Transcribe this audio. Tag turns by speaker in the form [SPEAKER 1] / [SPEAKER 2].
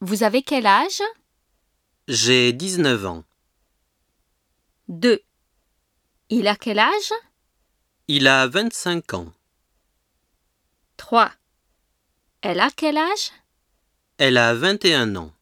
[SPEAKER 1] Vous avez quel âge
[SPEAKER 2] J'ai 19 ans.
[SPEAKER 1] 2. Il a quel âge
[SPEAKER 2] Il a 25 ans.
[SPEAKER 1] 3. Elle a quel âge
[SPEAKER 2] Elle a 21 ans.